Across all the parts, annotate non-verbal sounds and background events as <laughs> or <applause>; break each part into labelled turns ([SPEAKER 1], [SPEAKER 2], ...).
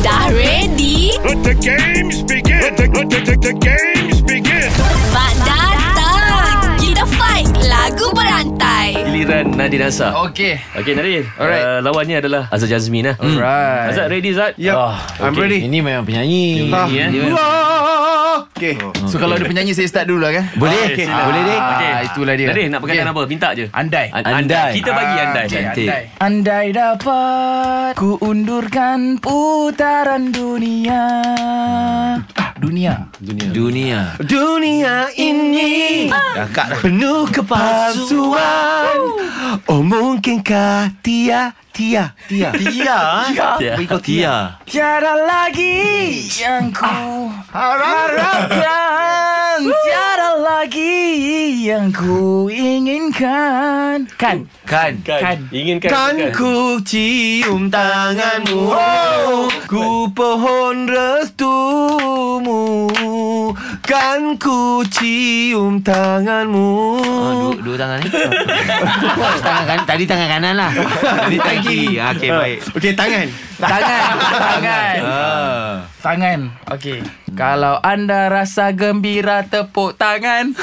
[SPEAKER 1] Dah ready?
[SPEAKER 2] Let the games begin. Let the, let the, the, the games begin.
[SPEAKER 1] Mak datang! Kita fight lagu berantai.
[SPEAKER 3] Giliran Nadir Hassan
[SPEAKER 4] Okay.
[SPEAKER 3] Okay Nadir
[SPEAKER 4] Alright. Hmm.
[SPEAKER 3] Uh, Lawannya adalah Azad Jazmin lah
[SPEAKER 4] Alright.
[SPEAKER 3] Azad ready Ah, Azad?
[SPEAKER 4] Yep. I'm ready.
[SPEAKER 5] Ini memang penyanyi.
[SPEAKER 4] Ah,
[SPEAKER 3] Yeah.
[SPEAKER 4] Okay. So kalau ada penyanyi saya start dulu lah kan?
[SPEAKER 5] Oh, Boleh?
[SPEAKER 3] Okay,
[SPEAKER 5] Ah, Boleh deh?
[SPEAKER 4] Okay. Itulah dia.
[SPEAKER 3] Nadir nak perkataan apa? Minta je
[SPEAKER 4] Andai.
[SPEAKER 3] An-
[SPEAKER 5] Andai.
[SPEAKER 3] Kita bagi andai
[SPEAKER 4] Okay,
[SPEAKER 5] Cantik.
[SPEAKER 4] andai. Andai dapat ku undurkan putaran dunia. Ah, Dunia.
[SPEAKER 5] Dunia.
[SPEAKER 6] Dunia ini penuh kepalsuan. Oh mungkinkah Tia Tia Tia
[SPEAKER 5] eh?
[SPEAKER 6] Tia
[SPEAKER 3] Tia.
[SPEAKER 5] Tia.
[SPEAKER 4] Tiada lagi yang ku harapkan. Tiada lagi yang ku inginkan. Kan.
[SPEAKER 5] Kan.
[SPEAKER 4] Kan.
[SPEAKER 3] Inginkan
[SPEAKER 6] Kan ku cium tanganmu
[SPEAKER 5] Oh!
[SPEAKER 6] Ku pohon restumu Kan ku cium tanganmu
[SPEAKER 5] Oh, dua, dua tangan ni. tangan
[SPEAKER 6] <laughs>
[SPEAKER 5] kan, tadi tangan kanan lah. Tadi tangan kiri. Okey, baik.
[SPEAKER 6] Okey tangan
[SPEAKER 4] Tangan. Tangan.
[SPEAKER 5] Ah.
[SPEAKER 4] Tangan. Okey. Kalau anda rasa gembira tepuk tangan.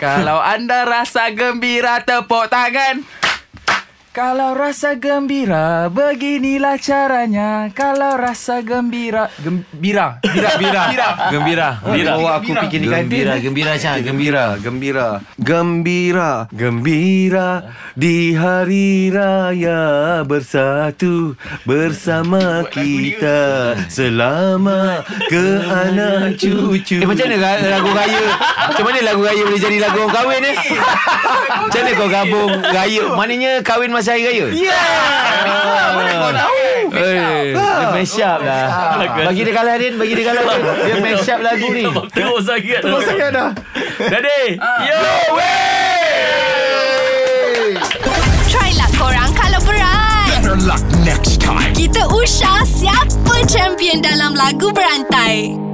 [SPEAKER 4] Kalau anda rasa gembira tepuk tangan. Kalau rasa gembira beginilah caranya. Kalau rasa gembira gembira bira bira bira.
[SPEAKER 5] Gembira.
[SPEAKER 6] Gembira. Oh, aku
[SPEAKER 4] Gembira.
[SPEAKER 6] fikir ni kan
[SPEAKER 5] Gembira, gembira Syah, gembira.
[SPEAKER 6] Gembira Gembira Gembira Di hari raya bersatu Bersama kita Selama ke anak cucu
[SPEAKER 5] Eh macam mana ra- lagu raya Macam mana lagu raya boleh jadi lagu orang kahwin
[SPEAKER 6] <laughs>
[SPEAKER 5] ni Macam mana kau gabung raya Maknanya kahwin masa hari raya Eh, Dia mash up lah Bagi dia kalah Din Bagi dia kalah Din. Dia mash up lagu ni
[SPEAKER 3] Teruk sangat ya. Teruk sangat
[SPEAKER 6] dah.
[SPEAKER 3] Nadir Yo
[SPEAKER 1] Try lah korang kalau berat. Better luck next time. Kita usah siapa champion dalam lagu berantai.